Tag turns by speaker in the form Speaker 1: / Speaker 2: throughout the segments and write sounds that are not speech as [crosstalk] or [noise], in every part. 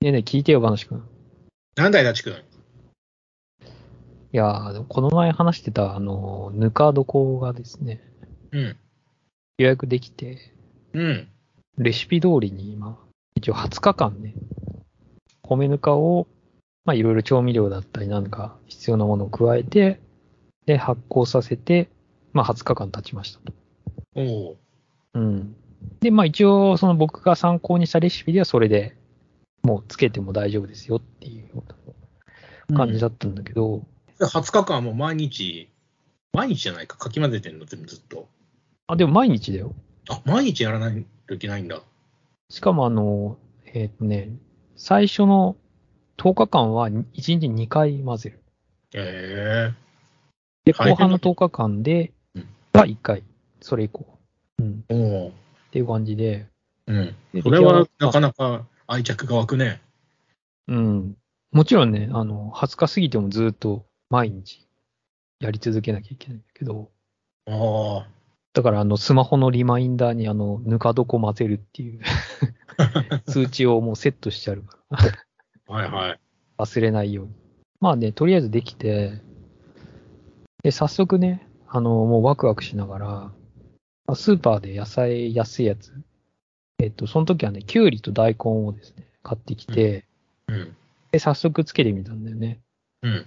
Speaker 1: ねえねえ、聞いてよ、ばなしくん。
Speaker 2: なんだい、ダチ君。
Speaker 1: いやー、でもこの前話してた、あの、ぬか床がですね、
Speaker 2: うん。
Speaker 1: 予約できて、
Speaker 2: うん。
Speaker 1: レシピ通りに今、一応20日間ね、米ぬかを、まあ、いろいろ調味料だったりなんか必要なものを加えて、で、発酵させて、まあ、20日間経ちましたと。
Speaker 2: おお
Speaker 1: うん。で、まあ、一応、その僕が参考にしたレシピではそれでもうつけても大丈夫ですよっていう
Speaker 2: う。
Speaker 1: 感じだ
Speaker 2: っ
Speaker 1: ったんだけど、
Speaker 2: た。20日間はもう毎日、毎日じゃないか、かき混ぜてんのってずっと。
Speaker 1: あ、でも毎日だよ。
Speaker 2: あ、毎日やらないといけないんだ。
Speaker 1: しかもあの、えっ、とね、最初の10日間は1日2回混ぜる。
Speaker 2: え
Speaker 1: で、
Speaker 2: はい
Speaker 1: 後半の10日間で
Speaker 2: うん、
Speaker 1: が1回。それ以降。うん。
Speaker 2: えおお。
Speaker 1: っていう感じで。
Speaker 2: うん。
Speaker 1: で
Speaker 2: それは
Speaker 1: 出来上が
Speaker 2: な
Speaker 1: った
Speaker 2: かなか愛着が湧くね。
Speaker 1: うん。もちろんね、あの、20日過ぎてもずっと毎日やり続けなきゃいけないんだけど、
Speaker 2: ああ。
Speaker 1: だからあの、スマホのリマインダーにあの、ぬか床混ぜるって
Speaker 2: [laughs]
Speaker 1: いう [laughs] 通知をもうセットしてあるから。
Speaker 2: はいはい。
Speaker 1: 忘れないように。まあね、とりあえずできて、で、早速ね、あの、もうワクワクしながらまあ、スーパーで野菜安いやつ、えっと、その時はね、きゅうりと大根をですね、買ってきて、
Speaker 2: うん。
Speaker 1: で、早速つけてみたんだよね。
Speaker 2: うん。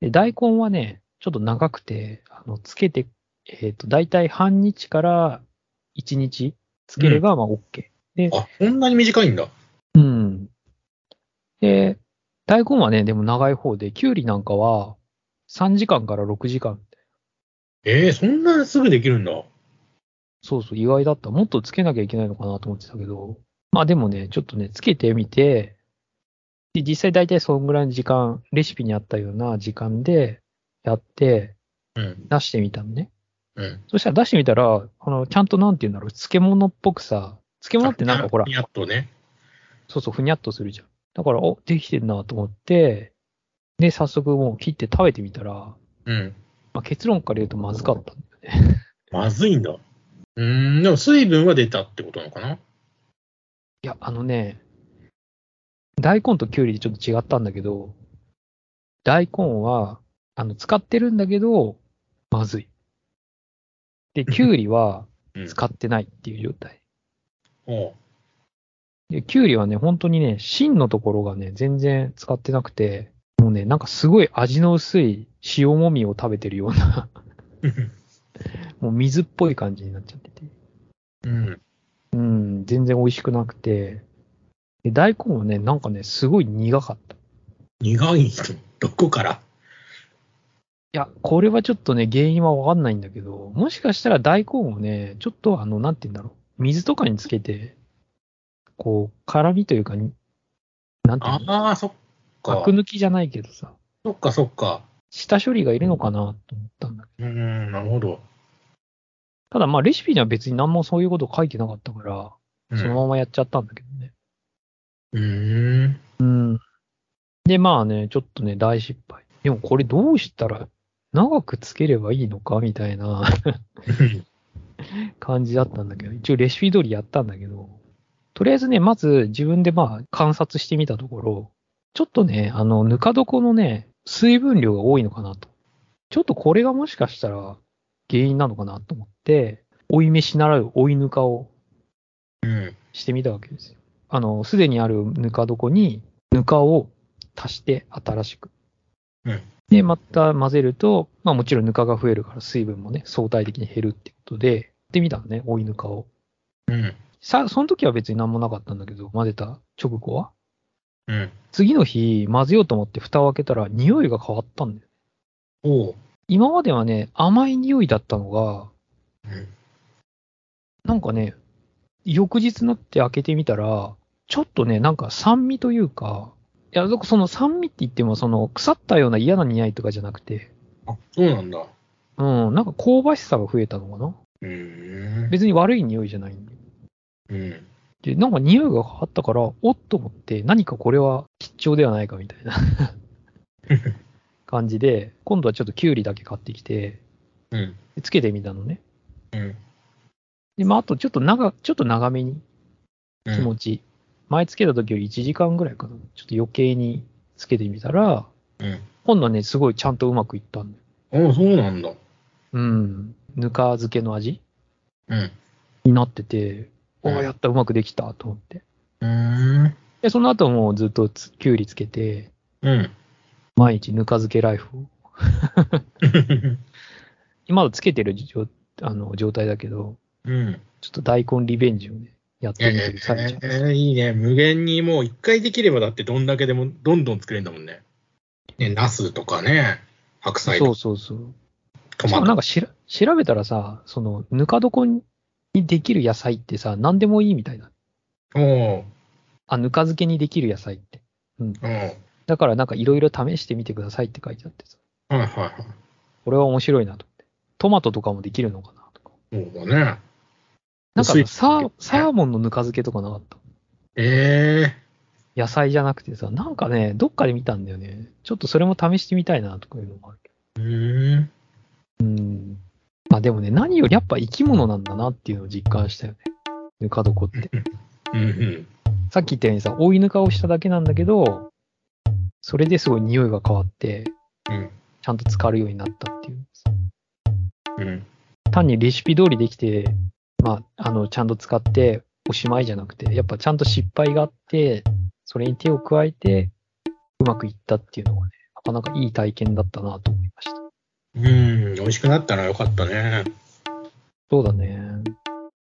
Speaker 1: で、大根はね、ちょっと長くて、あの、つけて、えっと、だいたい半日から1日つければ、まあ、OK。
Speaker 2: あ、こんなに短いんだ。
Speaker 1: うん。で、大根はね、でも長い方で、きゅうりなんかは3時間から6時間。
Speaker 2: ええそんなすぐできるんだ。
Speaker 1: そうそう、意外だった。もっとつけなきゃいけないのかなと思ってたけど。まあでもね、ちょっとね、つけてみて、で、実際大体そんぐらいの時間、レシピにあったような時間でやって、
Speaker 2: うん。
Speaker 1: 出してみたのね。
Speaker 2: うん。
Speaker 1: そしたら出してみたら、あの、ちゃんとなんて言うんだろう、漬物っぽくさ、漬物ってなんかほら、
Speaker 2: やっとね。
Speaker 1: そうそう、ふにゃっとするじゃん。だから、お、できてるなと思って、で、早速もう切って食べてみたら、ま
Speaker 2: うん。
Speaker 1: あ、結論から言うとまずかったんだよね。
Speaker 2: まずいんだ。うーん。でも水分は出たってことなのかない
Speaker 1: や、あのね、大根ときゅうりでちょっと違ったんだけど、大根は、あの、使ってるんだけど、まずい。で、きゅうりは
Speaker 2: うん。
Speaker 1: 使ってないっていう状態。
Speaker 2: おう。
Speaker 1: で、きゅうりはね、本当にね、芯のところがね、全然使ってなくて、もうね、なんかすごい味の薄い塩もみを食べてるようなもう水っぽい感じになっちゃってて。
Speaker 2: うん。
Speaker 1: うん、全然美味しくなくて。で大根はね、なんかね、すごい苦かった。い
Speaker 2: 苦い人、どこから
Speaker 1: や、これはちょっとね、原因はわかんないんだけど、もしかしたら大根をね、ちょっとあの、なんて言うんだろう。水とかにつけて、こう、辛味というかに、なんていうの
Speaker 2: ああ、そっか
Speaker 1: アク。抜きじゃないけどさ、
Speaker 2: そっか、そっか。
Speaker 1: 下処理がいるのかなと思ったんだけど。
Speaker 2: うーん、なるほど。
Speaker 1: ただまあ、レシピには別に何もそういうこと書いてなかったから、
Speaker 2: うん
Speaker 1: そのままやっちゃったんだけどね。
Speaker 2: うーん。
Speaker 1: うん。で、まあね、ちょっとね、大失敗。でもこれどうしたら長くつければいいのかみたいな感じだったんだけど、一応レシピ通りやったんだけど、とりあえずね、まず自分でまあ観察してみたところ、ちょっとね、あの、ぬか床のね、水分量が多いのかなと。ちょっとこれがもしかしたら原因なのかなと思って、追い飯ならぬ追いぬかを
Speaker 2: うん。
Speaker 1: してみたわけですよ。あの、すでにあるぬか床に、ぬかを足して新しく。
Speaker 2: うん
Speaker 1: で、また混ぜると、まあもちろんぬかが増えるから水分もね、相対的に減るってことで、やってみたのね、追いぬかを。
Speaker 2: うん。
Speaker 1: さ、その時は別に何もなかったんだけど、混ぜた直後は。
Speaker 2: うん。
Speaker 1: 次の日、混ぜようと思って蓋を開けたら、匂いが変わったんだよ。
Speaker 2: おう。
Speaker 1: 今まではね、甘い匂いだったのが、
Speaker 2: うん
Speaker 1: なんかね、翌日になって開けてみたら、ちょっとね、なんか酸味というか、いや、その酸味って言っても、その腐ったような嫌な匂いとかじゃなくて、
Speaker 2: あ、そうなんだ。う
Speaker 1: うん、なんか香ばしさが増えたのかな
Speaker 2: ーん。
Speaker 1: 別に悪い匂いじゃないんで。
Speaker 2: うん。
Speaker 1: で、なんか匂いが変わったから、おっと思って、何かこれは吉兆ではないかみたいな感じで、今度はちょっとキュウリだけ買ってきて、
Speaker 2: うん。
Speaker 1: でつけてみたのね。
Speaker 2: うん。
Speaker 1: で、まあ、あとちょっと長、ちょっと長めに
Speaker 2: う
Speaker 1: 気
Speaker 2: ん。
Speaker 1: 持ち前つけた時より1時間ぐらいかな。ちょっと余計につけてみたら、
Speaker 2: うん。
Speaker 1: 今度はね、すごいちゃんとうまくいったんだよ。
Speaker 2: おそうなんだ。
Speaker 1: うん。ぬか漬けの味
Speaker 2: うん。う
Speaker 1: になってて、あ
Speaker 2: うん
Speaker 1: あ、やった、うまくできた、と思って。
Speaker 2: ーん。
Speaker 1: で、その後もうずっとつきゅうりつけて、
Speaker 2: うん。
Speaker 1: 毎日ぬか漬けライフを。今はつけてる状あの状態だけど、
Speaker 2: [laughs] うん。
Speaker 1: ちょっと大根リベンジをね、やって
Speaker 2: え
Speaker 1: みてる最中
Speaker 2: ええいいね。無限にもう一回できればだってどんだけでもどんどん作れるんだもんね。ね、ナスとかね、白菜
Speaker 1: そ
Speaker 2: と
Speaker 1: う
Speaker 2: か
Speaker 1: そうそう。
Speaker 2: ト
Speaker 1: しか
Speaker 2: マ
Speaker 1: もなんか
Speaker 2: ト。
Speaker 1: しら調べたらさ、その、ぬか床にできる野菜ってさ、何でもいいみたいな。
Speaker 2: おお
Speaker 1: あ、ぬか漬けにできる野菜って。
Speaker 2: ーうん。はい
Speaker 1: だからなんかいろいろ試してみてくださいって書いてあってさ、
Speaker 2: はいはい。
Speaker 1: これは面白いなと思って。トマトとかもできるのかなとか。
Speaker 2: そうだね。
Speaker 1: なんかあ
Speaker 2: 薄
Speaker 1: の
Speaker 2: い
Speaker 1: サーサーモンのぬか漬けとかなかった。
Speaker 2: え
Speaker 1: 野菜じゃなくてさ、なんかね、どっかで見たんだよね。ちょっとそれも試してみたいなとかいうのもあるけ
Speaker 2: えうーん。
Speaker 1: ど。うん。まあでもね、何よりやっぱ生き物なんだなっていうのを実感したよね。ぬか床って。
Speaker 2: うんうん。
Speaker 1: さっき言ったようにさ、追いぬかをしただけなんだけど、それですごい匂いが変わって、
Speaker 2: うん。
Speaker 1: ちゃんと浸かるようになったっていう。
Speaker 2: うん。
Speaker 1: 単にレシピ通りできて、まあ、あの、ちゃんと使っておしまいじゃなくて、やっぱちゃんと失敗があって、それに手を加えて、うまくいったっていうのがね、なかなかいい体験だったなと思いました。
Speaker 2: うん。美味しくなったらよかったね。
Speaker 1: そうだね。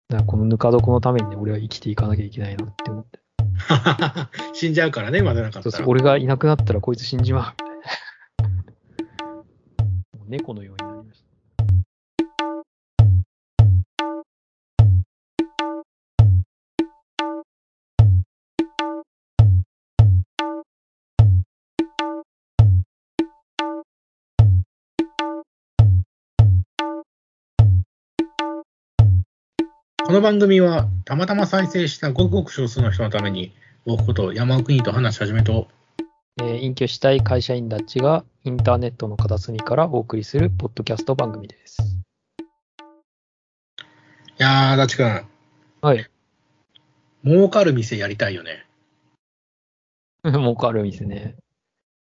Speaker 1: だからこのぬか床のためにね、俺は生きていかなきゃいけないなって思って。
Speaker 2: 死んじゃうからね、混ぜなかっ
Speaker 1: そ
Speaker 2: た
Speaker 1: うそう、
Speaker 2: ら。
Speaker 1: 俺がいなくなったらこいつ死んじまうみたいな。もう猫のようになりました。
Speaker 2: この番組は、たまたま再生したごくごく少数の人のために、僕こと山奥にと話し始めと、
Speaker 1: えー隠居したい会社員たちがインターネットの片隅からお送りするポッドキャスト番組です。
Speaker 2: いやー、だちくん、
Speaker 1: はい。 [laughs]
Speaker 2: 儲かる店やりたいよね。
Speaker 1: 儲かる店ね。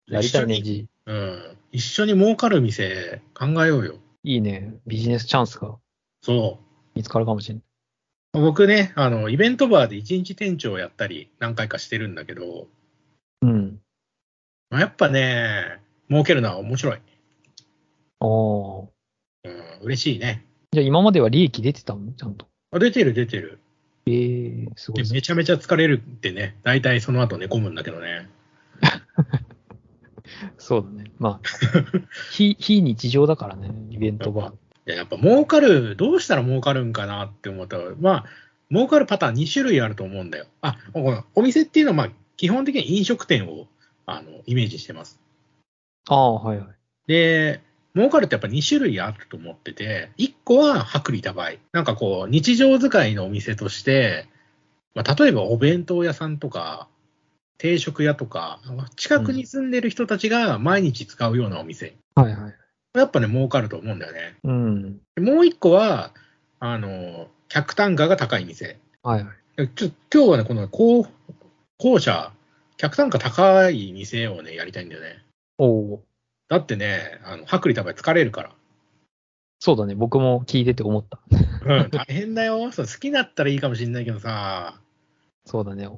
Speaker 1: やりたいね、
Speaker 2: 一緒に。
Speaker 1: G。
Speaker 2: うん。一緒に儲かる店考えようよ。
Speaker 1: いいね。ビジネスチャンスが
Speaker 2: そ
Speaker 1: 見つかるかもしれない。
Speaker 2: う。僕ね、あの、イベントバーで一日店長をやったり、何回かしてるんだけど、
Speaker 1: うん。
Speaker 2: まあやっぱね、儲けるのは面白い。
Speaker 1: ああ。
Speaker 2: うん、嬉しいね。
Speaker 1: じゃあ今までは利益出てたのちゃんと。
Speaker 2: あ出てる出てる。
Speaker 1: ええすご
Speaker 2: で
Speaker 1: い。
Speaker 2: めちゃめちゃ疲れるってね、大体その後寝込むんだけどね。
Speaker 1: そうだね。 [laughs] まあ、非、非日常だからね、イベントバー。
Speaker 2: でやっぱ儲かる、どうしたら儲かるんかなって思ったら、まあ、儲かるパターン2種類あると思うんだよ。あ、このお店っていうのは、まあ、基本的に飲食店をあのイメージしてます。
Speaker 1: ああ、はいはい。
Speaker 2: で、儲かるってやっぱ2種類あると思ってて、1個は薄利多売。なんかこう、日常使いのお店として、まあ、例えばお弁当屋さんとか、定食屋とか、近くに住んでる人たちが毎日使うようなお店。
Speaker 1: はいはい。
Speaker 2: やっぱね、儲かると思うんだよね。
Speaker 1: うん。
Speaker 2: でもう1個は、あの、客単価が高い店。
Speaker 1: はいはい。
Speaker 2: ちょ今日はね、この後後者、客単価高い店をね、やりたいんだよね。
Speaker 1: おお。
Speaker 2: だってね、あの薄利多売疲れるから。
Speaker 1: そうだね。僕も聞いてて思った。
Speaker 2: うん、大変だよ。そう好きだったらいいかもしれないけどさ。
Speaker 1: そうだね。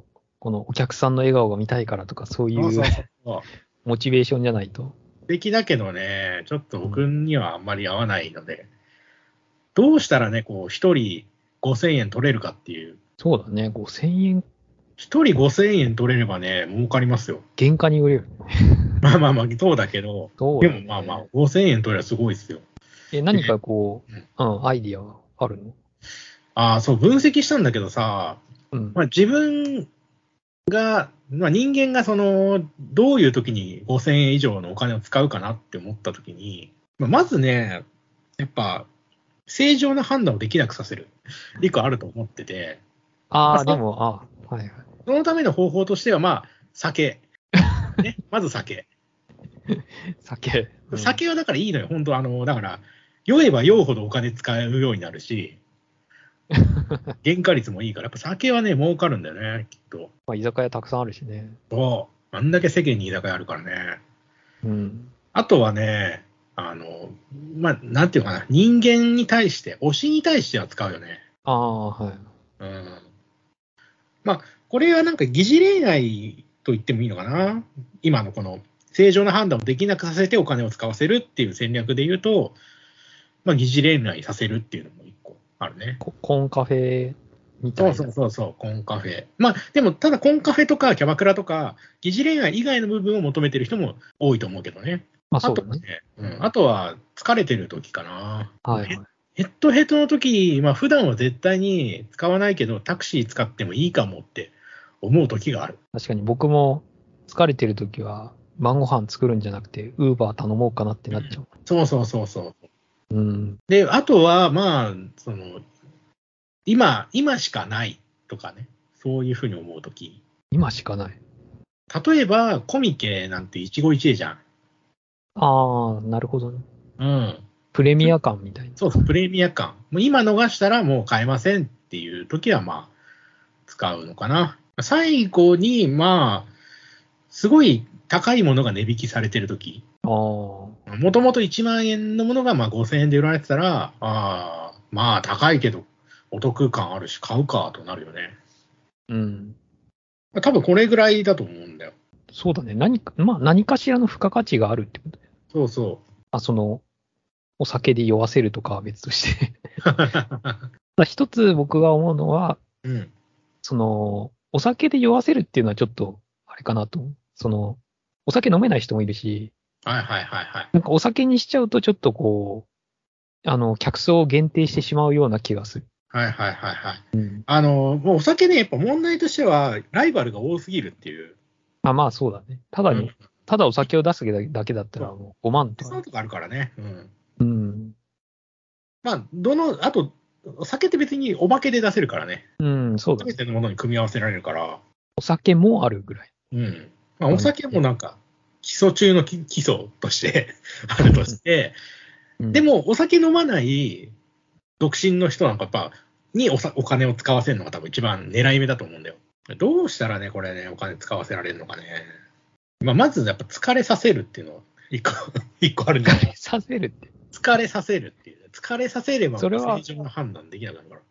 Speaker 1: このお客さんの笑顔が見たいからとか、そうい
Speaker 2: そうそう
Speaker 1: う
Speaker 2: そ
Speaker 1: モチベーションじゃないと。
Speaker 2: う。素敵だけどね、ちょっと僕にはあんまり合わないので、どうしたらね、こう、一人5000円取れるかっていう。
Speaker 1: そうだね。5000円、
Speaker 2: 一人5000円取れればね、儲かりますよ。
Speaker 1: 原価に売れる。
Speaker 2: まあまあまあ、そうだけど、
Speaker 1: どう
Speaker 2: で
Speaker 1: だね
Speaker 2: もまあまあ、5000円取ればすごいですよ。
Speaker 1: え、何かこう、うん、アイディアはあるの
Speaker 2: ああ、そう、分析したんだけどさ、
Speaker 1: うん。
Speaker 2: まあ、自分が、まあ、人間がそのどういう時に5000円以上のお金を使うかなって思った時に、まあまずね、やっぱ正常な判断をできなくさせる、一個あると思ってて、
Speaker 1: ああ、
Speaker 2: まあ
Speaker 1: でも、ああ、はいはい。
Speaker 2: そのための方法としては、まあ、
Speaker 1: [laughs]
Speaker 2: 酒、ね、まず酒。
Speaker 1: 酒。うん [laughs]
Speaker 2: 酒はだからいいのよ、本当あの、だから、酔えば酔うほどお金使うようになるし、原価率もいいから、やっぱ酒はね、儲かるんだよね、きっと。
Speaker 1: まあ、居酒屋たくさんあるしね。
Speaker 2: そう。あんだけ世間に居酒屋あるからね。
Speaker 1: うん。
Speaker 2: あとはね、あの、まあ、なんていうかな、人間に対して、推しに対しては使うよね。
Speaker 1: ああ、はい。
Speaker 2: うん。まあ、これはなんか疑似恋愛と言ってもいいのかな。今のこの正常な判断をできなくさせてお金を使わせるっていう戦略で言うと、まあ、疑似恋愛させるっていうのも一個あるね。
Speaker 1: ココンカフェみたい
Speaker 2: そ
Speaker 1: な。
Speaker 2: うそうそうそう、コンカフェ。まあ、でも、ただコンカフェとかキャバクラとか、疑似恋愛以外の部分を求めてる人も多いと思うけどね。
Speaker 1: まあ
Speaker 2: あ
Speaker 1: そう
Speaker 2: と
Speaker 1: だ
Speaker 2: は
Speaker 1: ね。
Speaker 2: ね、うん、あとは疲れてる時かな。
Speaker 1: はいはい。
Speaker 2: ヘッドヘッドの時、まあ普段は絶対に使わないけど、タクシー使ってもいいかもって思う時がある。
Speaker 1: 確かに僕も疲れてる時は晩ご飯作るんじゃなくて、ウーバー頼もうかなってなっちゃ
Speaker 2: そうそうそうそ
Speaker 1: う。
Speaker 2: う。
Speaker 1: うん。
Speaker 2: で、あとは、まあ、その、今、今しかないとかね、そういうふうに思う時。
Speaker 1: 今しかない。
Speaker 2: 例えば、コミケなんて一期一会じゃん。
Speaker 1: ああ、なるほどね。
Speaker 2: うん。
Speaker 1: プレミア感みたいな。
Speaker 2: そうそう、プレミア感。もう今逃したらもう買えませんっていう時は、まあ、使うのかな。最後に、まあ、すごい高いものが値引きされてる時。
Speaker 1: ああ。
Speaker 2: もともと1万円のものがまあ5000円で売られてたら、ああ、まあ高いけど、お得感あるし、買うかとなるよね。
Speaker 1: うん。
Speaker 2: 多分これぐらいだと思うんだよ。
Speaker 1: そうだね。何か、まあ何かしらの付加価値があるってことだよ
Speaker 2: そうそ
Speaker 1: あ、その、お酒で酔わせるとかは別として。 [laughs]
Speaker 2: う。 [laughs]
Speaker 1: ただ一つ僕が思うのは、
Speaker 2: うん。
Speaker 1: その、お酒で酔わせるっていうのはちょっと、あれかなと思う。その、お酒飲めない人もいるし、
Speaker 2: はいはいはいはい。
Speaker 1: なんかお酒にしちゃうとちょっとこう、あの、客層を限定してしまうような気がする。
Speaker 2: はいはいはいはい。
Speaker 1: うん。
Speaker 2: あの、もうお酒ね、やっぱ問題としては、ライバルが多すぎるっていう。
Speaker 1: あ、まあそうだね。ただに、
Speaker 2: うん
Speaker 1: ただお酒を出すだけだけだったらもう5万と
Speaker 2: その
Speaker 1: か。
Speaker 2: とかあるからね。うん。
Speaker 1: うん。
Speaker 2: まあ、どの、あと、お酒って別にお化けで出せるからね。
Speaker 1: うん、そうだ
Speaker 2: す
Speaker 1: ね
Speaker 2: べ。てのものに組み合わせられるから。
Speaker 1: お酒もあるぐらい。
Speaker 2: うん。まあ、お酒もなんか、基礎中の基基礎として [laughs] あるとして、
Speaker 1: うん
Speaker 2: で、も、お酒飲まない独身の人なんかやっぱ、におさお金を使わせるのが多分一番狙い目だと思うんだよ。どうしたらね、これね、お金使わせられるのかね。まあ、まずやっぱ疲れさせるっていうのは、一個、 [laughs] 一個あるんじゃない
Speaker 1: させるって。
Speaker 2: 疲れさせるっていう。疲れさせれば、
Speaker 1: それは
Speaker 2: 正常な判断できなくなるから。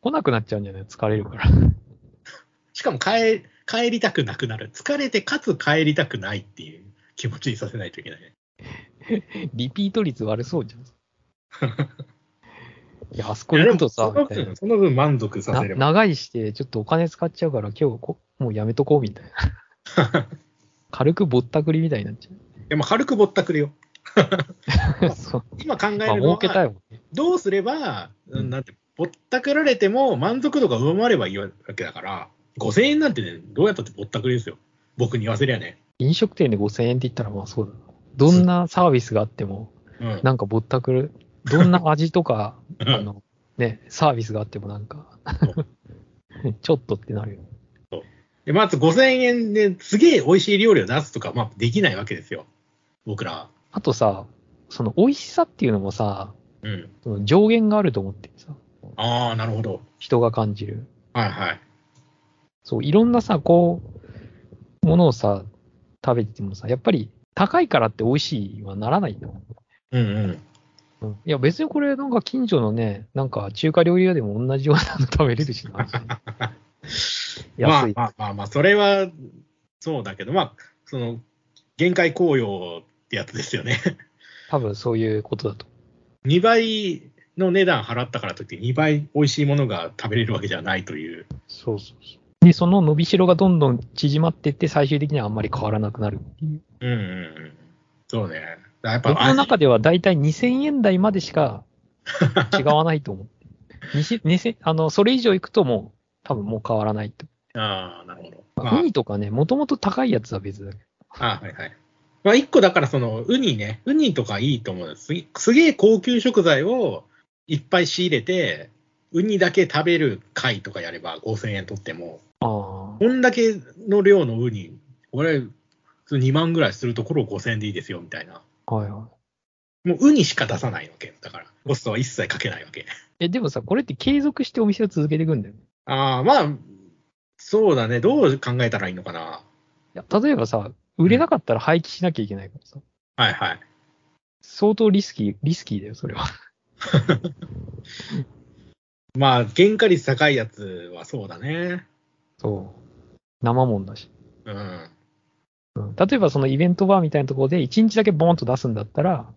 Speaker 1: 来なくなっちゃうんじゃない疲れるから。 [laughs]
Speaker 2: しかも帰、帰りたくなくなる。疲れて、かつ帰りたくないっていう気持ちにさせないといけないね。
Speaker 1: リピート率悪そうじゃん。
Speaker 2: [laughs]
Speaker 1: いや、あそ
Speaker 2: い
Speaker 1: こ
Speaker 2: や
Speaker 1: 行
Speaker 2: で
Speaker 1: くと
Speaker 2: も
Speaker 1: さ
Speaker 2: そ、の
Speaker 1: みたいな
Speaker 2: 分、その分満足さ
Speaker 1: な
Speaker 2: せれば。
Speaker 1: 長いして、ちょっとお金使っちゃうから、今日こもうやめとこうみたいな。
Speaker 2: [laughs]
Speaker 1: 軽くぼったくりみたいになっち
Speaker 2: でも軽くぼったくりよ。
Speaker 1: ゃ
Speaker 2: [laughs]
Speaker 1: う。 [laughs] そう。
Speaker 2: 今考える
Speaker 1: まあ、
Speaker 2: の
Speaker 1: 儲けた
Speaker 2: は、
Speaker 1: いもんね。
Speaker 2: どうすれば、
Speaker 1: うん
Speaker 2: うんなんて、ぼったくられても満足度が上回ればいいわけだから、5000円なんてね、どうやったってぼったくりですよ。僕に言わせりゃね。
Speaker 1: 飲食店で5000円って言ったら、まあそうだな。どんなサービスがあっても、
Speaker 2: うん。
Speaker 1: なんかぼったくる。どんな味と
Speaker 2: [laughs]
Speaker 1: か、
Speaker 2: うん
Speaker 1: あの、ね、サービスがあってもなんか
Speaker 2: そ、
Speaker 1: [laughs] ちょっとってなるよ。
Speaker 2: でまず5000円ですげえ美味しい料理を出すとか、まあ、できないわけですよ。僕らは。
Speaker 1: あとさ、その美味しさっていうのもさ、
Speaker 2: うん。
Speaker 1: その上限があると思ってさ、
Speaker 2: ああ、なるほど。
Speaker 1: 人が感じる。
Speaker 2: はいはい。
Speaker 1: そう、いろんなさ、こう、ものをさ、食べててもさ、やっぱり高いからって美味しいはならないんだもん。
Speaker 2: うんうん。
Speaker 1: うん、いや、別にこれ、なんか近所のね、なんか中華料理屋でも同じようなの食べれるし [laughs] な。
Speaker 2: まあ
Speaker 1: 安い。
Speaker 2: まあまあまあ、それはそうだけど、まあ、その、限界紅葉ってやつですよね。 [laughs]
Speaker 1: 多分そういうことだと。
Speaker 2: 2倍の値段払ったからといって、2倍美味しいものが食べれるわけじゃないという。
Speaker 1: そうそうそう。で、その伸びしろがどんどん縮まっていって、最終的にはあんまり変わらなくなるっていう。
Speaker 2: うんうんうん。そうね。やっぱ
Speaker 1: 僕の
Speaker 2: 味、
Speaker 1: 中ではだいたい2000円台までし [laughs] か違わないと思って。2000 2000あの、それ以上いくともう、多分もう変わらないと。
Speaker 2: ああ、なるほど。
Speaker 1: ま
Speaker 2: ま
Speaker 1: あウ
Speaker 2: あ、
Speaker 1: ニとかね、もともと高いやつは別だけど。
Speaker 2: あーはいはい。まあ、一個だから、その、ウニね、ウニとかいいと思うんです。すげすげえ高級食材をいっぱい仕入れて、ウニだけ食べる回とかやれば5000円取っても、
Speaker 1: ああ。
Speaker 2: こんだけの量のウニ、俺、普通2万ぐらいするところを5000円でいいですよ、みたいな。
Speaker 1: はいは
Speaker 2: もうウニしか出さないわけ。だから、コストは一切かけないわけ。
Speaker 1: え、でもさ、これって継続してお店を続けていくんだよね。
Speaker 2: ああ、まあ、そうだね。どう考えたらいいのかな。
Speaker 1: いや例えばさ、売れなかったら廃棄しなきゃいけないからさ。
Speaker 2: はいはい。
Speaker 1: 相当リスキー、リスキーだよ、それは。
Speaker 2: まあ、原価率高いやつはそうだね。
Speaker 1: [laughs] そう。生もんだし。
Speaker 2: うん。
Speaker 1: うん、例えばそのイベントバーみたいなところで1日だけボーンと出すんだったら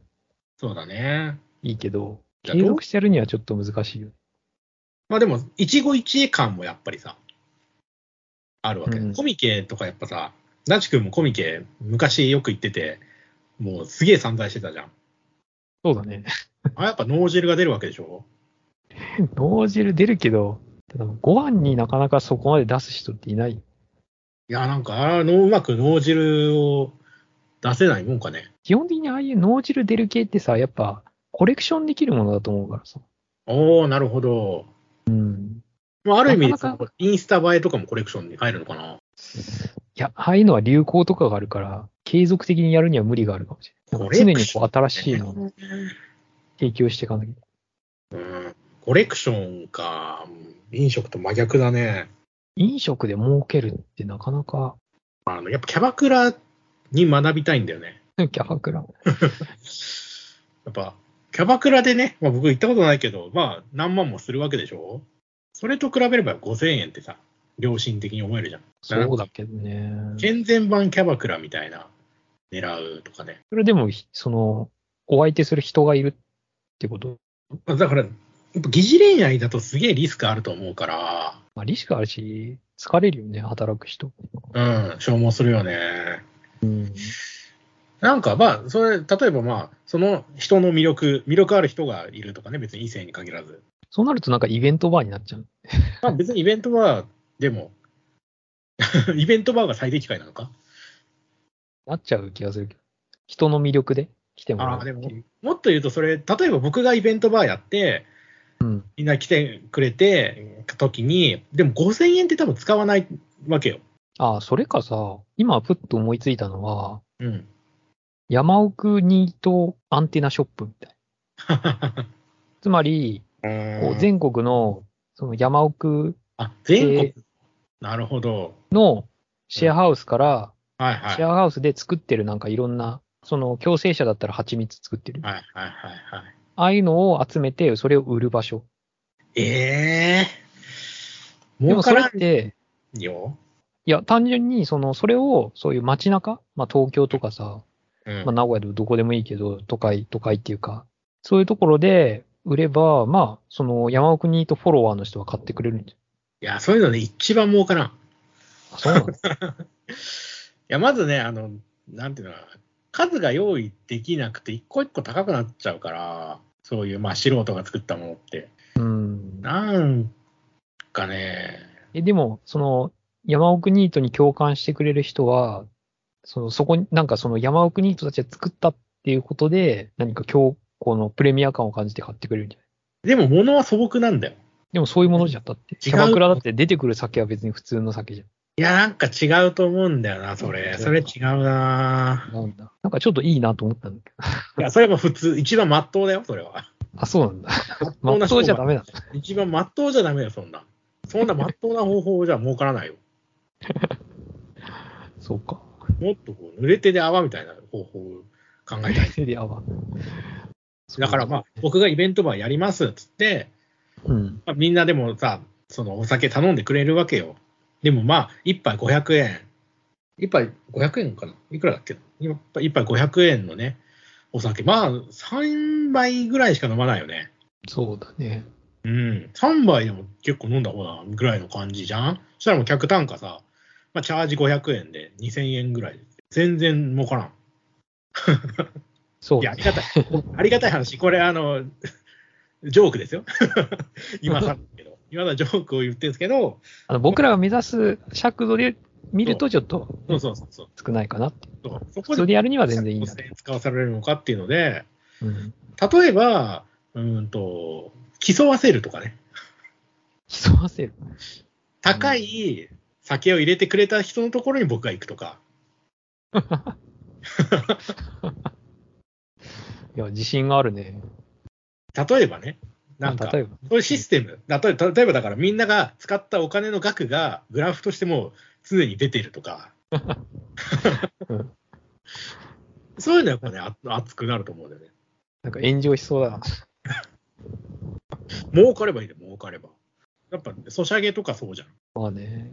Speaker 2: そうだね。
Speaker 1: いいけど、
Speaker 2: じゃあど
Speaker 1: 継
Speaker 2: う
Speaker 1: 続してやるにはちょっと難しいよ。
Speaker 2: まあでも、一期一会感もやっぱりさ、あるわけ
Speaker 1: う
Speaker 2: だ、
Speaker 1: ん
Speaker 2: コミケとかやっぱさ、ナチ君もコミケ昔よく行ってて、もうすげえ散財してたじゃん。
Speaker 1: そうだね。 [laughs]
Speaker 2: あ、やっぱ脳汁が出るわけでしょ
Speaker 1: 脳汁出るけど、ただご飯になかなかそこまで出す人っていない。
Speaker 2: いや、なんか、ああ、脳うまく脳汁を出せないもんかね。
Speaker 1: 基本的にああいう脳汁出る系ってさ、やっぱコレクションできるものだと思うからさ。
Speaker 2: おー、なるほど。
Speaker 1: うん。
Speaker 2: まあ、ある意味で
Speaker 1: なかなか
Speaker 2: そのインスタ映えとかもコレクションに入るのかな。
Speaker 1: いや、ああいうのは流行とかがあるから、継続的にやるには無理があるかもしれない。
Speaker 2: コレクシ
Speaker 1: 常
Speaker 2: ョン
Speaker 1: にこう新しいのを提供していかなきゃ。
Speaker 2: うん。コレクションか。飲食と真逆だね。
Speaker 1: 飲食で儲けるってなかなか、
Speaker 2: あの、やっぱキャバクラに学びたいんだよね。
Speaker 1: キャバクラ。
Speaker 2: やっぱ、キャバクラでね、まあ、僕行ったことないけど、まあ、何万もするわけでしょそれと比べれば5000円ってさ、良心的に思えるじゃん。
Speaker 1: そうだけどね。
Speaker 2: 健全版キャバクラみたいな、狙うとかね。
Speaker 1: それでも、ひその、お相手する人がいるってこと、
Speaker 2: まあだから、やっぱ疑似恋愛だとすげえリスクあると思うから、
Speaker 1: まあ、リスクあるし、疲れるよね、働く人。
Speaker 2: うん、消耗するよね。
Speaker 1: うん。
Speaker 2: なんかまあ、それ、例えばまあ、その人の魅力、魅力ある人がいるとかね、別に異性に限らず。
Speaker 1: そうなるとなんかイベントバーになっちゃう。
Speaker 2: まあ別にイベントバーでも、 [laughs] イベントバーが最適解なのか
Speaker 1: なっちゃう気がするけど。人の魅力で来てもらうってい
Speaker 2: あーで
Speaker 1: う。
Speaker 2: もっと言うと、それ、例えば僕がイベントバーやって、
Speaker 1: うん。
Speaker 2: みんな来てくれて、時に、でも5000円って多分使わないわけよ。
Speaker 1: ああ、それかさ、今ふっと思いついたのは、
Speaker 2: うん。
Speaker 1: 山奥ニートアンテナショップみたいな。つまり、こう全国の、その山奥
Speaker 2: あ全国
Speaker 1: え。
Speaker 2: なるほど。
Speaker 1: のシェアハウスから、
Speaker 2: はい
Speaker 1: シェ
Speaker 2: はい。はい
Speaker 1: アハウスで作ってるなんかいろんな、その共生者だったら蜂蜜作ってる。
Speaker 2: はいはいはい。
Speaker 1: ああいうのを集めて、それを売る場所。
Speaker 2: ええー。
Speaker 1: で
Speaker 2: 儲
Speaker 1: もそ
Speaker 2: か
Speaker 1: れ
Speaker 2: ら
Speaker 1: っ
Speaker 2: ん
Speaker 1: て、
Speaker 2: よ。
Speaker 1: いや、単純に、その、それを、そういう街中、まあ東京とかさ、
Speaker 2: うん
Speaker 1: まあ名古屋でもどこでもいいけど、都会、都会っていうか、そういうところで売れば、まあ、その山奥にいとフォロワーの人は買ってくれるんじ
Speaker 2: いや、そういうのね、一番儲からん。
Speaker 1: ゃ
Speaker 2: い
Speaker 1: ん。あそう
Speaker 2: [laughs]
Speaker 1: なんだ。
Speaker 2: や、まずね、あの、なんていうのかな数が用意できなくて、一個一個高くなっちゃうから、そういう、まあ、素人が作ったものって。
Speaker 1: うん。
Speaker 2: なんかね、
Speaker 1: え、でも、その、山奥ニートに共感してくれる人は、その、そこに、なんかその山奥ニートたちが作ったっていうことで、何か今日、このプレミア感を感じて買ってくれるんじゃない
Speaker 2: でも物は素朴なんだよ。
Speaker 1: でもそういうものじゃったって。
Speaker 2: 違う
Speaker 1: キャバクラだって出てくる酒は別に普通の酒じゃん。
Speaker 2: いや、なんか違うと思うんだよな、それ。それ違うな
Speaker 1: なんだ。なんかちょっといいなと思ったんだけど。
Speaker 2: いや、それも普通、一番真っ当だよ、それは。
Speaker 1: あ、そうなんだ。
Speaker 2: 当
Speaker 1: ま
Speaker 2: な
Speaker 1: っ
Speaker 2: 商
Speaker 1: と
Speaker 2: 売
Speaker 1: うじゃダメなの。
Speaker 2: 一番真っ当じゃダメよ、そんな。そんな真っ当な方法じゃ儲からないよ。
Speaker 1: そうか。
Speaker 2: もっとこう、濡れ手で泡みたいな方法を考えたい。
Speaker 1: セリアは。
Speaker 2: だからまあ、僕がイベントバーやりますっつって、
Speaker 1: うん。
Speaker 2: まあ、みんなでもさ、そのお酒頼んでくれるわけよ。でもまあ、一杯500円。一杯500円かないくらだっけ今一杯500円のね、お酒。まあ、3杯ぐらいしか飲まないよね。
Speaker 1: そうだね。
Speaker 2: うん。3杯でも結構飲んだ方だぐらいの感じじゃんそしたらもう客単価さ、まあ、チャージ500円で2000円ぐらい。全然儲からん。
Speaker 1: そう
Speaker 2: いや、
Speaker 1: だ
Speaker 2: あり
Speaker 1: ね。
Speaker 2: がたい。ありがたい話。これ、あの、ジョークですよ。 [laughs] 今さ、けど今さ、ジョークを言ってるんですけど、
Speaker 1: あの僕らが目指す尺度で見るとちょっと
Speaker 2: そうそうそうそう。
Speaker 1: 少ないかなって。
Speaker 2: そうそ
Speaker 1: 普
Speaker 2: こ
Speaker 1: 通
Speaker 2: で
Speaker 1: でやるには全然いいな。
Speaker 2: 5000円使わされるのかっていうので、
Speaker 1: うん。
Speaker 2: 例えば、うーんと、競わせるとかね、
Speaker 1: 潜ませる。
Speaker 2: 高い酒を入れてくれた人のところに僕が行くとか、
Speaker 1: いや、自信があるね。
Speaker 2: 例えばね、なん
Speaker 1: ま
Speaker 2: か
Speaker 1: あ、例えばね、
Speaker 2: そういうシステム。例えば、例えばだからみんなが使ったお金の額がグラフとしてもう常に出てるとか
Speaker 1: うん。
Speaker 2: そういうのやっぱね、あ熱くなると思うんだよね。
Speaker 1: なんか炎上しそうだな。
Speaker 2: 儲かればいいで、儲かれば。やっぱ、ソシャゲとかそうじゃん。
Speaker 1: まあね。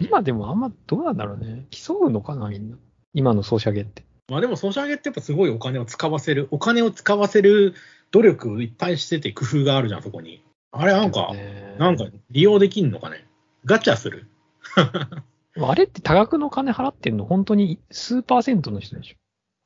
Speaker 1: 今でもあんまどうなんだろうね。競うのかな、みんな。今のソシャゲって。
Speaker 2: まあでも、ソシャゲってやっぱすごいお金を使わせる、お金を使わせる努力をいっぱいしてて工夫があるじゃん、そこに。あれなんか、
Speaker 1: ね
Speaker 2: なんか利用できんのかね。ガチャする。
Speaker 1: あれって多額の金払ってんの、本当に数パーセントの人でし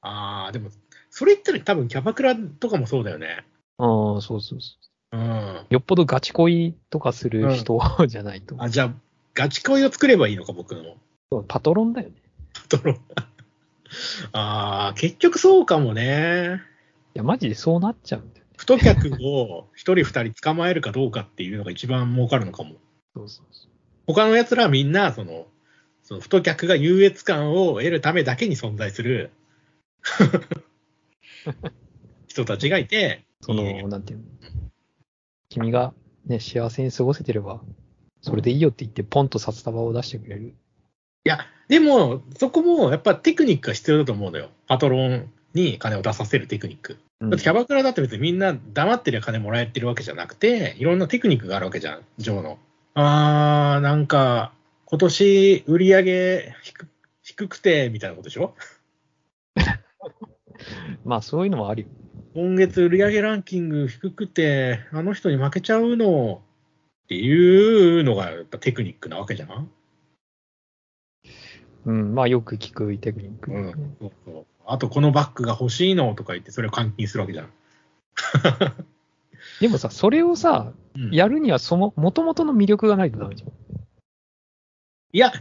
Speaker 2: ああ、でも、それ言ったら多分キャバクラとかもそうだよね。
Speaker 1: ょ。ああ、そうそうそ
Speaker 2: うん。
Speaker 1: う。よっぽどガチ恋とかする人じゃないと。
Speaker 2: あ、じゃあ、ガチ恋を作ればいいのか、僕の。
Speaker 1: そうパトロンだよね。
Speaker 2: ドローンああ、結局そうかもね。
Speaker 1: いや、マジでそうなっちゃうんだよね。
Speaker 2: 太客を一人二人捕まえるかどうかっていうのが一番儲かるのかも。
Speaker 1: そうそうそう。
Speaker 2: 他の奴らはみんな、その、その太客が優越感を得るためだけに存在す
Speaker 1: [laughs]
Speaker 2: る人たちがいて、
Speaker 1: その、
Speaker 2: いいね
Speaker 1: なんていうの。君がね、幸せに過ごせてれば、それでいいよって言って、ポンと札束を出してくれる。
Speaker 2: でも、そこもやっぱテクニックが必要だと思うのよ。パトロンに金を出させるテクニック。
Speaker 1: うん
Speaker 2: だってキャバクラだって別にみんな黙ってりゃ金もらえてるわけじゃなくて、いろんなテクニックがあるわけじゃん、ジョーの。あー、なんか、今年売り上げ低低くて、みたいなことでしょ
Speaker 1: まあ、そういうのもあるよ。
Speaker 2: 今月売り上げランキング低くて、あの人に負けちゃうの、っていうのがやっぱテクニックなわけじゃん。
Speaker 1: うん、まあ、よく聞くテクニック、
Speaker 2: うんそうそうあと、このバッグが欲しいのとか言って、それを換金するわけじゃん。
Speaker 1: でもさ、それをさ、
Speaker 2: うん
Speaker 1: やるにはその、元々の魅力がないとダメじゃん。 [laughs]
Speaker 2: いや、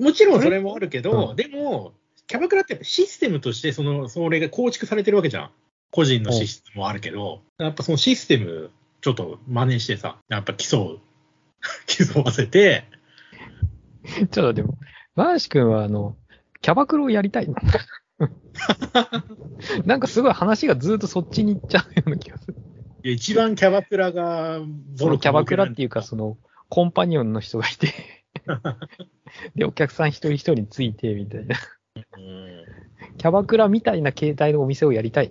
Speaker 2: もちろんそれもあるけど、
Speaker 1: う
Speaker 2: でも、キャバクラってやっぱシステムとしてその、それが構築されてるわけじゃん。個人の資質もあるけど、やっぱそのシステム、ちょっと真似してさ、やっぱ競う。 [laughs] 競わせて、
Speaker 1: ちょっとでも、バーシ君はあの、キャバクラをやりたい
Speaker 2: [laughs]
Speaker 1: のなんかすごい話がずっとそっちに行っちゃうような気がする。
Speaker 2: いや一番キャバクラが
Speaker 1: そ
Speaker 2: ボ
Speaker 1: の
Speaker 2: ロ
Speaker 1: キャバクラっていうか、その、コンパニオンの人がいて、
Speaker 2: [laughs]
Speaker 1: で、お客さん一人一人について、みたいな。
Speaker 2: うん
Speaker 1: キャバクラみたいな形態のお店をやりたい。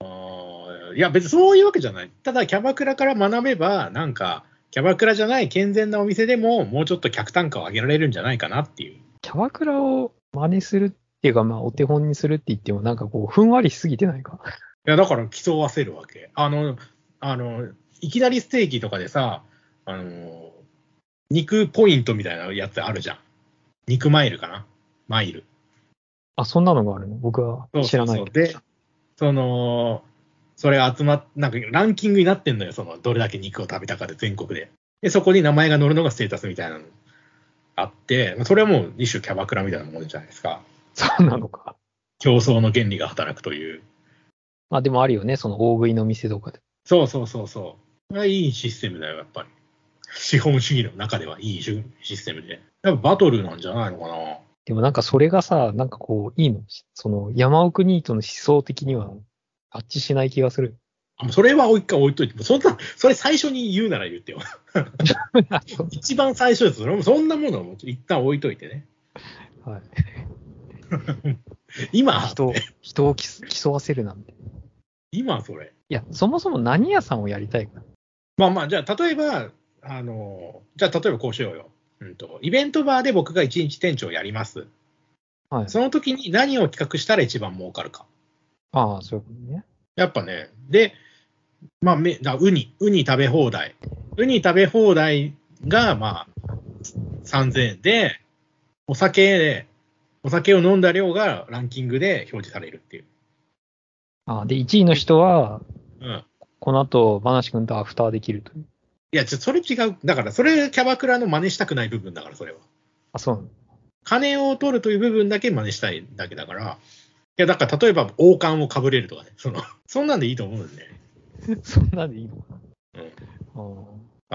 Speaker 2: あーいや、別にそういうわけじゃない。ただ、キャバクラから学べば、なんか、キャバクラじゃない健全なお店でも、もうちょっと客単価を上げられるんじゃないかなっていう。
Speaker 1: キャバクラを真似するっていうか、まあ、お手本にするって言っても、なんかこう、ふんわりしすぎてないか。 [laughs]
Speaker 2: いや、だから競わせるわけ。あの、あの、いきなりステーキとかでさ、あの、肉ポイントみたいなやつあるじゃん。肉マイルかなマイル。
Speaker 1: あ、そんなのがあるの僕は
Speaker 2: そう
Speaker 1: 知
Speaker 2: そ
Speaker 1: ら
Speaker 2: う
Speaker 1: ない
Speaker 2: そう
Speaker 1: けど
Speaker 2: で、その、それが集まっ、なんかランキングになってんのよ。その、どれだけ肉を食べたかで全国で。で、そこに名前が載るのがステータスみたいなのあって、まあそれはもう一種キャバクラみたいなものじゃないですか。
Speaker 1: そうなのか。 [laughs]
Speaker 2: 競争の原理が働くという。
Speaker 1: まあでもあるよね、その大食いの店とかで。
Speaker 2: そうそうそうそう。まあいいシステムだよ、やっぱり。資本主義の中ではいいシステムで。やっぱバトルなんじゃないのかな。
Speaker 1: でもなんかそれがさ、なんかこう、いいのその山奥ニートの思想的には合致しない気がする。
Speaker 2: あもうそれは一回置いといて、そんな、それ最初に言うなら言っ
Speaker 1: [laughs]
Speaker 2: てよ。
Speaker 1: あそう
Speaker 2: 一番最初です。それもそんなものはもう一旦置いといてね。
Speaker 1: はい、
Speaker 2: [laughs] 今、
Speaker 1: 人を、人を競競わせるなんて。
Speaker 2: 今それ。
Speaker 1: いや、そもそも何屋さんをやりたいか。
Speaker 2: まあまあ、じゃあ例えば、あの、じゃあ例えばこうしようよ。うんと、イベントバーで僕が一日店長やります。
Speaker 1: はい。
Speaker 2: その時に何を企画したら一番儲かるか。
Speaker 1: ああ、そういうことね。
Speaker 2: やっぱね、で、まあ、めだウニ、ウニ食べ放題。ウニ食べ放題が、まあ、3000円で、お酒で、お酒を飲んだ量がランキングで表示されるっていう。
Speaker 1: ああ、で、1位の人は、
Speaker 2: うん。
Speaker 1: この後、バナシ君とアフターできるという。
Speaker 2: いや、ちょそれ違う。だから、それキャバクラの真似したくない部分だから、それは。
Speaker 1: あ、そうなの
Speaker 2: 金を取るという部分だけ真似したいだけだから。いや、だから、例えば王冠をかぶれるとかね。その、 [laughs] そんなんでいいと思うんだよね。
Speaker 1: そんなんでいいのかな。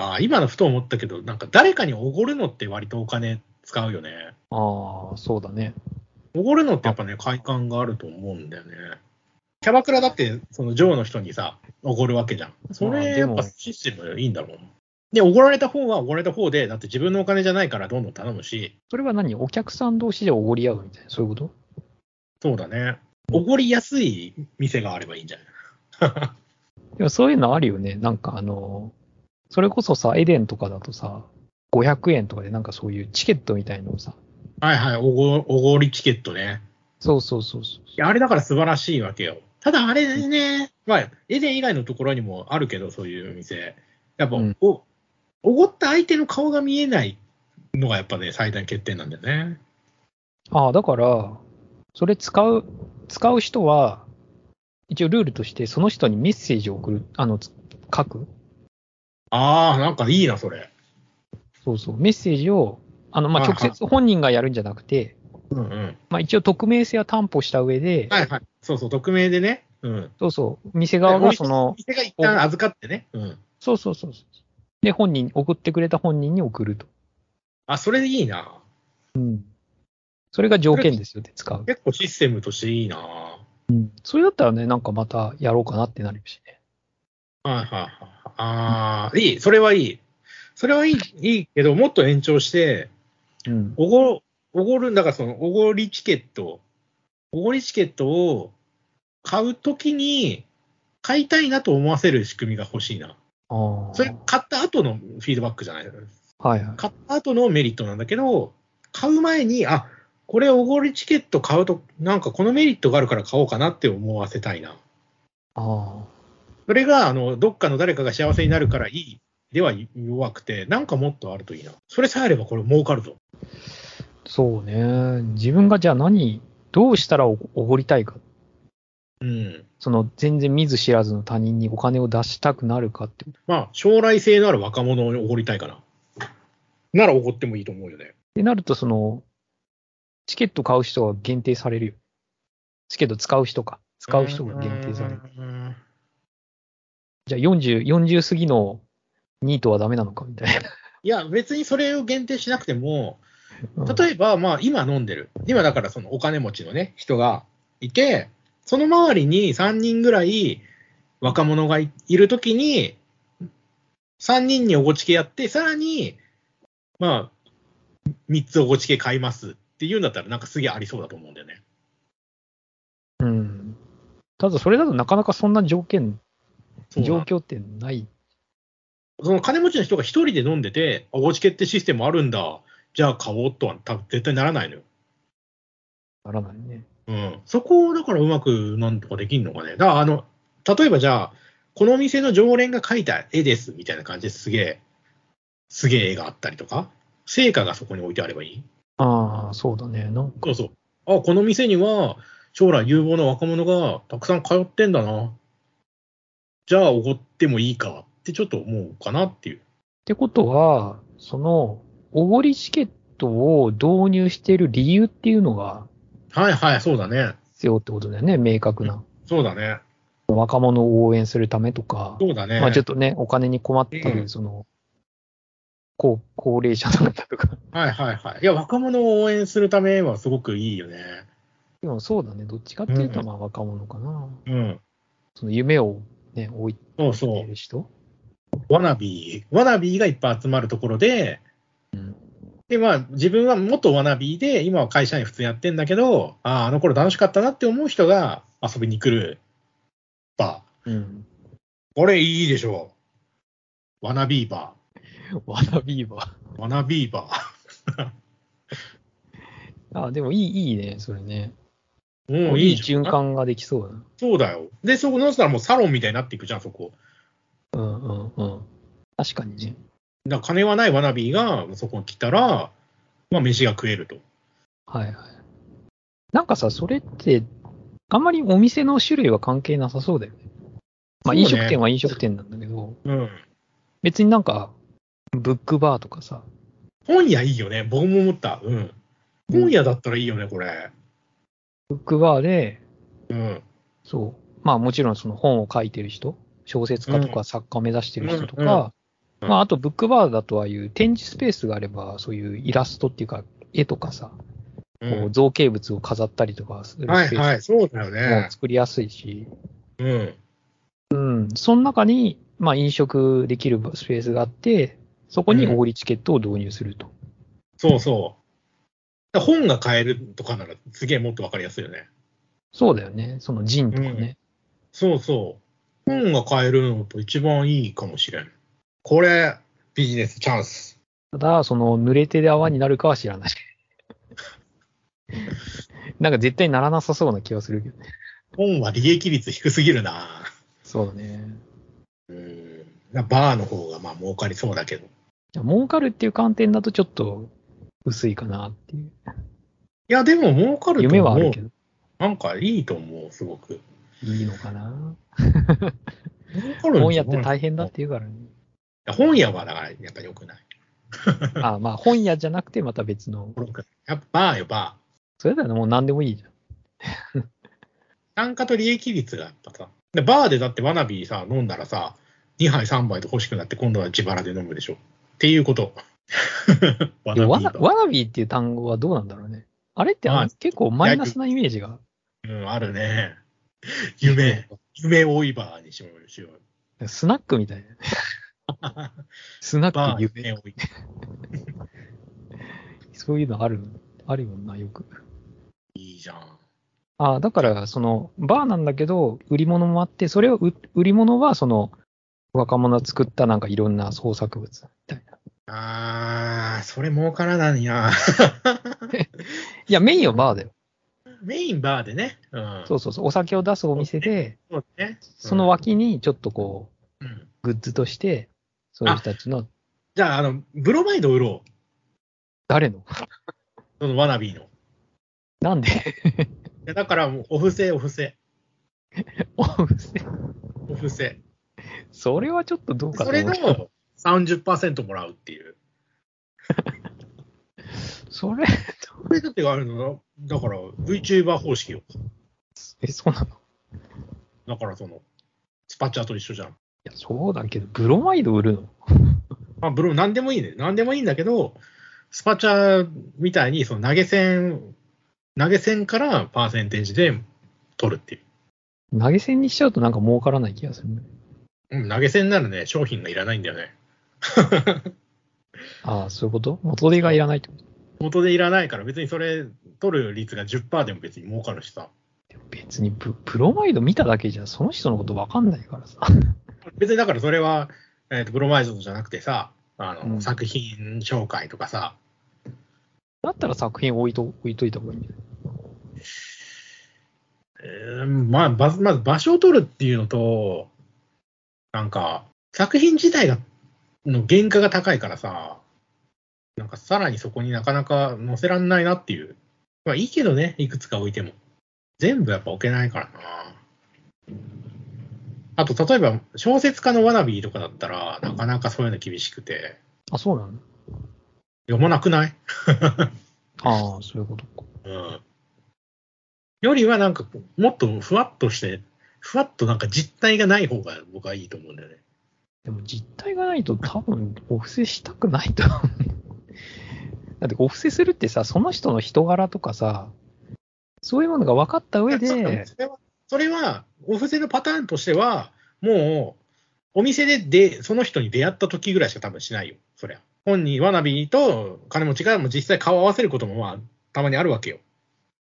Speaker 2: ああ、今のふと思ったけど、なんか誰かにおごるのって割とお金使うよね。
Speaker 1: ああああ、そうだね。
Speaker 2: おごるのってやっぱね、快感があると思うんだよね。キャバクラだって、その上の人にさ、おごるわけじゃん。そ
Speaker 1: まあ
Speaker 2: れ、
Speaker 1: で
Speaker 2: や
Speaker 1: も
Speaker 2: っぱシステムいいんだもん。で、おごられた方はおごられた方で、だって自分のお金じゃないからどんどん頼むし、
Speaker 1: それは何お客さん同士でおごり合うみたいな、そういうこと
Speaker 2: そうだね。おごりやすい店があればいいんじゃない
Speaker 1: でもそういうのあるよね。なんかあの、それこそさ、エデンとかだとさ、500円とかでなんかそういうチケットみたいのをさ、
Speaker 2: はいはい、おごおごりチケットね。
Speaker 1: そうそうそうそう。
Speaker 2: いや、あれだから素晴らしいわけよ。ただあれね、まあ、エデン以外のところにもあるけど、そういう店。やっぱ、
Speaker 1: うん
Speaker 2: お、おごった相手の顔が見えないのがやっぱね、最大の欠点なんだよね。
Speaker 1: ああ、だから、それ使う、使う人は、一応ルールとしてその人にメッセージを送る、あの、つ書く。
Speaker 2: ああ、なんかいいな、それ。
Speaker 1: そうそう、メッセージを、あの、まあ、
Speaker 2: はいは
Speaker 1: 直
Speaker 2: い
Speaker 1: 接本人がやるんじゃなくて、
Speaker 2: うんうん。
Speaker 1: まあ、一応匿名性は担保した上で、
Speaker 2: はいはい。そうそう、匿名でね。うん。
Speaker 1: そうそう、店側がその、
Speaker 2: 店が一旦預かってね。うん。
Speaker 1: そうそうそうそう。で、本人、送ってくれた本人に送ると。
Speaker 2: あ、それでいいな。
Speaker 1: うん。それが条件ですよって使う。
Speaker 2: 結構システムとしていいな。は
Speaker 1: うん。それだったらね、なんかまたやろうかなってなるしね。
Speaker 2: いはいはい。ああ、いい。それはいい。それはいい、いいけど、もっと延長して、
Speaker 1: うん。
Speaker 2: おご、おごる、だからその、おごりチケット、おごりチケットを買うときに、買いたいなと思わせる仕組みが欲しいな。
Speaker 1: ああ。
Speaker 2: それ、買った後のフィードバックじゃない。
Speaker 1: はいはい。
Speaker 2: 買った後のメリットなんだけど、買う前に、あ、これおごりチケット買うと、なんかこのメリットがあるから買おうかなって思わせたいな。
Speaker 1: あ
Speaker 2: それが、あの、どっかの誰かが幸せになるからいい。では弱くて、なんかもっとあるといいな。それさえあればこれ儲かるぞ。
Speaker 1: あ。そうね。自分がじゃあ何、どうしたらおおごりたいか。
Speaker 2: うん。
Speaker 1: その、全然見ず知らずの他人にお金を出したくなるかって。
Speaker 2: まあ、将来性のある若者におごりたいかな。ならおごってもいいと思うよね。
Speaker 1: でなると、その、チケット買う人は限定されるよ。チケット使う人か。使う人が限定される。
Speaker 2: る。
Speaker 1: じゃあ40、40過ぎのニートはダメなのかみたい
Speaker 2: [laughs]
Speaker 1: な。
Speaker 2: いや、別にそれを限定しなくて
Speaker 1: う
Speaker 2: も、
Speaker 1: ん
Speaker 2: 例えば、まあ、今飲んでる。今だから、そのお金持ちのね、人がいて、その周りに3人ぐらい若者がいいるときに、3人におごちけやって、さらに、まあ、3つおごちけ買いますっていうんだったら、なんかすげえありそうだと思うんだよね。
Speaker 1: うん。ただ、それだとなかなかそんな条件、
Speaker 2: そうな
Speaker 1: 状
Speaker 2: の
Speaker 1: 況ってない。
Speaker 2: その金持ちの人が一人で飲んでて、あ、おちけってシステムあるんだ、じゃあ買おうとは多分絶対ならないのよ。
Speaker 1: ならないね。
Speaker 2: うん。そこをだからうまくなんとかできんのかね。だからあの、例えばじゃあ、この店の常連が描いた絵ですみたいな感じですげえ、すげえ絵があったりとか、成果がそこに置いてあればいい。
Speaker 1: ああ、そうだね。なんか、
Speaker 2: そうそう。あ、この店には将来有望な若者がたくさん通ってんだな。じゃあおごってもいいかってちょっと思うかなっていう。
Speaker 1: ってことは、その、おごりチケットを導入している理由っていうのが
Speaker 2: はいはい、そうだね。
Speaker 1: 必要ってことだよね、明確な。
Speaker 2: そうだね。
Speaker 1: 若者を応援するためとか、
Speaker 2: そうだね。
Speaker 1: まあちょっとね、お金に困った
Speaker 2: う
Speaker 1: り、
Speaker 2: ん
Speaker 1: その、高高齢者の方とか。
Speaker 2: はいはいはい。いや、若者を応援するためはすごくいいよね。
Speaker 1: でもそうだね、どっちかっていうと
Speaker 2: うん
Speaker 1: まあ若者かな。
Speaker 2: うん。
Speaker 1: その夢をね、置い
Speaker 2: そう
Speaker 1: て
Speaker 2: そ
Speaker 1: いる人。
Speaker 2: う。ワナビー。ワナビーがいっぱい集まるところで、
Speaker 1: うん
Speaker 2: で、まあ、自分は元ワナビーで、今は会社に普通にやってんだけど、ああ、あの頃楽しかったなって思う人が遊びに来るバ
Speaker 1: うん。
Speaker 2: ー。これいいでしょう。ワナビーバ
Speaker 1: わらビーバー。
Speaker 2: ー。ワナビーバ
Speaker 1: [laughs] あ、でもいい、いいね、それね。
Speaker 2: ー。うん、
Speaker 1: い
Speaker 2: い
Speaker 1: い
Speaker 2: いじゃん
Speaker 1: 循。環ができそうだな。
Speaker 2: そうだよ。で、そこのしたらもうサロンみたいになっていくじゃん、そこ。
Speaker 1: うんうんうん。確かにね。
Speaker 2: だから金はないワナビーがそこに来たら、まあ、飯が食えると。
Speaker 1: はいはい。なんかさ、それって、あんまりお店の種類は関係なさそうだよね。まあ、
Speaker 2: そうね
Speaker 1: 飲食店は飲食店なんだけど、
Speaker 2: うん。
Speaker 1: 別になんか、ブックバーとかさ、
Speaker 2: 本屋いいよね。僕も思った。うん。本屋だったらいいよね、これ。
Speaker 1: ブックバーで、
Speaker 2: うん。
Speaker 1: そう、まあもちろんその本を書いてる人、小説家と
Speaker 2: う
Speaker 1: か作家を目指してる人と
Speaker 2: うんうん
Speaker 1: か、まああとブックバーだとああいう展示スペースがあれば、そういうイラストっていうか、絵とかさ、こう造形物を飾ったりとかする
Speaker 2: は
Speaker 1: スペ
Speaker 2: いは
Speaker 1: ー
Speaker 2: い、そうだ
Speaker 1: スも
Speaker 2: よね。
Speaker 1: 作りやすいし、
Speaker 2: うん。
Speaker 1: うん、その中に、まあ、飲食できるスペースがあって、そこに大売チケットを導入すると。
Speaker 2: そうそう。本が買えるとかならすげえもっとわかりやすいよね。
Speaker 1: そうだよね、そのジンとかね。
Speaker 2: そうそう。本が買えるのと一番いいかもしれん。これ、ビジネスチャンス。
Speaker 1: ただ、その濡れてで泡になるかは知
Speaker 2: [laughs]
Speaker 1: らない。なんか絶対ならなさそうな気はするけどね。
Speaker 2: 本は利益率低すぎるな。
Speaker 1: そうだね。
Speaker 2: うん。バーの方がまあ儲かりそうだけど。い
Speaker 1: 儲かるっていう観点だとちょっと薄いかなっていう。
Speaker 2: や、でも儲かると思う。
Speaker 1: 夢はあるけど、
Speaker 2: なんかいいと思う、すごく。
Speaker 1: いいのかな。
Speaker 2: 儲かるんじゃない
Speaker 1: 本屋って大変だって言うからね。
Speaker 2: いや本屋はだからやっぱ良くない。
Speaker 1: あまあ本屋じゃなくてまた別の。
Speaker 2: やっぱバーよ、バー。
Speaker 1: それだよね、もう何でもいいじゃん。
Speaker 2: 単価と利益率がやっぱさ。で、バーでだってワナビーさ、飲んだらさ、2杯3杯と欲しくなって今度は自腹で飲むでしょ。っていうこと。 [laughs] ワ
Speaker 1: で
Speaker 2: ナビ
Speaker 1: もわ
Speaker 2: ー
Speaker 1: な
Speaker 2: が。
Speaker 1: わなびっていう単語はどうなんだろうね。あれってあの
Speaker 2: はい
Speaker 1: 結構マイナスなイメージが。
Speaker 2: うん、あるね。夢、夢追いバーにしようよしようよ。
Speaker 1: スナックみたいな。
Speaker 2: [laughs]
Speaker 1: スナッ
Speaker 2: バ
Speaker 1: ク
Speaker 2: ー、
Speaker 1: 夢。
Speaker 2: 夢追い。
Speaker 1: そういうのある、あるよな、よく。
Speaker 2: いいじゃん。
Speaker 1: あだから、その、バーなんだけど、売り物もあって、それを売、売り物は、その、若者が作ったなんかいろんな創作物みたいな。
Speaker 2: あー、それ儲からないな。 [laughs]
Speaker 1: いや、メインはバーだよ。
Speaker 2: メインバーでね。うん。
Speaker 1: そうそうそう。お酒を出すお店で、
Speaker 2: そうね。
Speaker 1: その脇にちょっとこう、
Speaker 2: うん
Speaker 1: グッズとして、そういう人たちの、
Speaker 2: じゃあ、あの、ブロマイド売ろう。
Speaker 1: 誰の
Speaker 2: そのワナビーの。い
Speaker 1: なんで [laughs]
Speaker 2: やだからもう、お布施、お布施、
Speaker 1: お店
Speaker 2: お布施。
Speaker 1: それはちょっとどうかと
Speaker 2: そ
Speaker 1: 思
Speaker 2: れ
Speaker 1: うけど
Speaker 2: の30%もらうっていう。
Speaker 1: それ、
Speaker 2: これだってあるのだから VTuber 方式よ。
Speaker 1: え、そうなのい
Speaker 2: だからその、スパチャと一緒じゃん。
Speaker 1: や、そうだけど、ブロマイド売るの
Speaker 2: まあ、ブロー、なんでもいいね。なんでもいいんだけど、スパチャみたいに、その投げ銭、投げ銭からパーセンテージで取るっていう。
Speaker 1: 投げ銭にしちゃうとなんか儲からない気がするね。
Speaker 2: うん、投げ銭ならね、商品がいらないんだよね。
Speaker 1: ああ、そういうこと元手がいらないってこと
Speaker 2: 元でいらないから、別にそれ取る率が10%でも別に儲かるしさ。
Speaker 1: 別にブブロマイド見ただけじゃその人のことわかんないからさ。 [laughs]
Speaker 2: 別にだからそれは、えーとブロマイドじゃなくてさあ
Speaker 1: う
Speaker 2: の、
Speaker 1: ん
Speaker 2: 作品紹介とかさ
Speaker 1: だったら作品置いと置いといた方がいいんじゃないう
Speaker 2: ーんまあまずまず場所を取るっていうのとなんか作品自体がの原価が高いからさなんかさらにそこになかなか載せらんないなっていうまあいいけどねいくつか置いても全部やっぱ置けないからなあと例えば小説家のわなびとかだったらなかなかそういうの厳しくて
Speaker 1: あ、そうなの
Speaker 2: 読まなくない
Speaker 1: ああ、そういうことか。
Speaker 2: うんよりはなんか、もっとふわっとして、ふわっとなんか実体がない方が僕はいいと思うんだよね。
Speaker 1: でも実体がないと多分お布施したくないと思う。 [laughs] だってお布施するってさ、その人の人柄とかさ、そういうものが分かった上
Speaker 2: い
Speaker 1: [laughs]
Speaker 2: や
Speaker 1: で、
Speaker 2: それは、それはお布施のパターンとしては、もう、お店でで、その人に出会った時ぐらいしか多分しないよ、そりゃ。本人、わなびと金持ちがもう実際顔合わせることもまあ、たまにあるわけよ。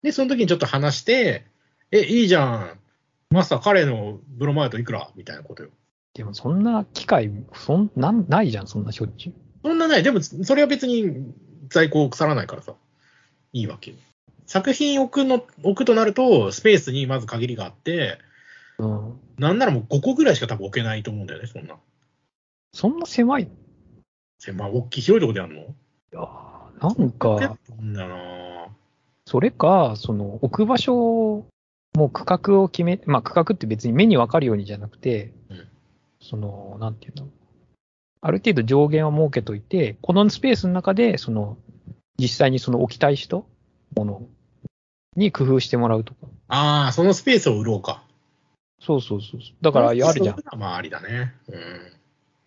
Speaker 2: で、その時にちょっと話して、え、いいじゃん。マスター、彼のブロマイドいくらみたいなことよ。
Speaker 1: でもそんな機会、そんなんないじゃん、そんなしょっちゅう。
Speaker 2: そんなない。でも、それは別に在庫を腐らないからさ。いいわけよ。作品置くの、置くとなると、スペースにまず限りがあって、
Speaker 1: うん、
Speaker 2: なんならもう5個ぐらいしか多分置けないと思うんだよね、そんな。
Speaker 1: そんな狭いい
Speaker 2: まあ、大きい広いとこでやるの
Speaker 1: やーなん
Speaker 2: 結
Speaker 1: か、
Speaker 2: 構あるんだよな
Speaker 1: それか、その置く場所を、もう区画を決め、まあ区画って別に目に分かるようにじゃなくて、
Speaker 2: うん
Speaker 1: その、なんていうの、ある程度上限は設けといて、このスペースの中で、その、実際にその置きたい人、ものに工夫してもらうとか。
Speaker 2: ああ、そのスペースを売ろうか。
Speaker 1: そうそうそうそう。だから、あるじゃん
Speaker 2: そ。ういうのはまあ、ありだね。うん。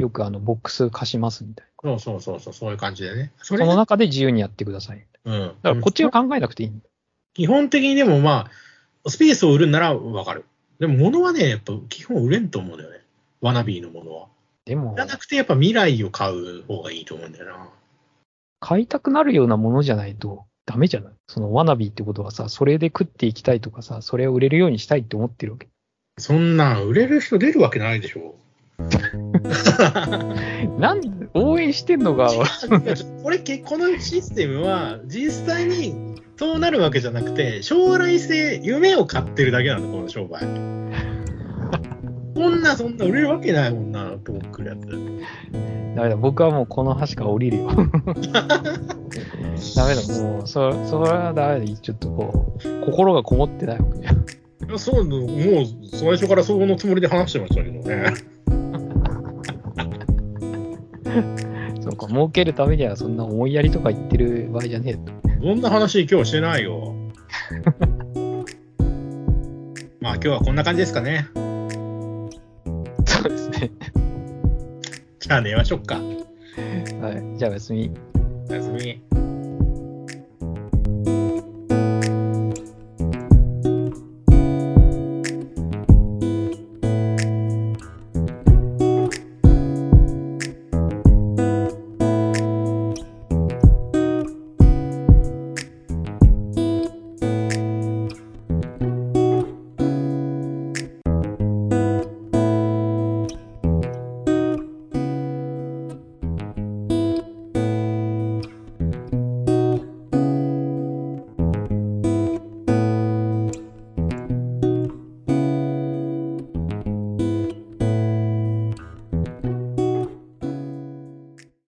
Speaker 1: よくあの、ボックス貸しますみたいな。
Speaker 2: そうそうそうそう、そういう感じでね。そ
Speaker 1: そ
Speaker 2: れ
Speaker 1: の
Speaker 2: が、
Speaker 1: 中で自由にやってください。
Speaker 2: うん。
Speaker 1: だからこっちは考えなくていい。
Speaker 2: 基本的にでもまあ、スペースを売るんならわかる。でも物はね、やっぱ基本売れんと思うんだよね。ワナビーのものは。
Speaker 1: でも
Speaker 2: じゃ、なくてやっぱ未来を買う方がいいと思うんだよな。
Speaker 1: 買いたくなるようなものじゃないとダメじゃないそのワナビーってことはさ、それで食っていきたいとかさ、それを売れるようにしたいって思ってるわけ。
Speaker 2: そんなん売れる人出るわけないでしょ。
Speaker 1: なん、応援してんのが、
Speaker 2: これ結このシステムは実際にそうなるわけじゃなくて将来性夢を買ってるだけなんだこの商売こんなそんな売れるわけないもんなと思ってるやつ
Speaker 1: ダメだ、僕はもうこの橋から降りるよ。 [laughs] ダメだ、もう、そそれはダメだ、ちょっとこう、心がこもってないわけ。
Speaker 2: いやそうもう最初からそのつもりで話してましたけどね
Speaker 1: そうか、儲けるためにはそんな思いやりとか言ってる場合じゃねえと。
Speaker 2: そんな話今日してな
Speaker 1: [laughs]
Speaker 2: いよまあ今日はこんな感じですかね
Speaker 1: そうですね。
Speaker 2: じゃあ寝ましょうか
Speaker 1: はい、じゃあおやすみ。
Speaker 2: おやすみ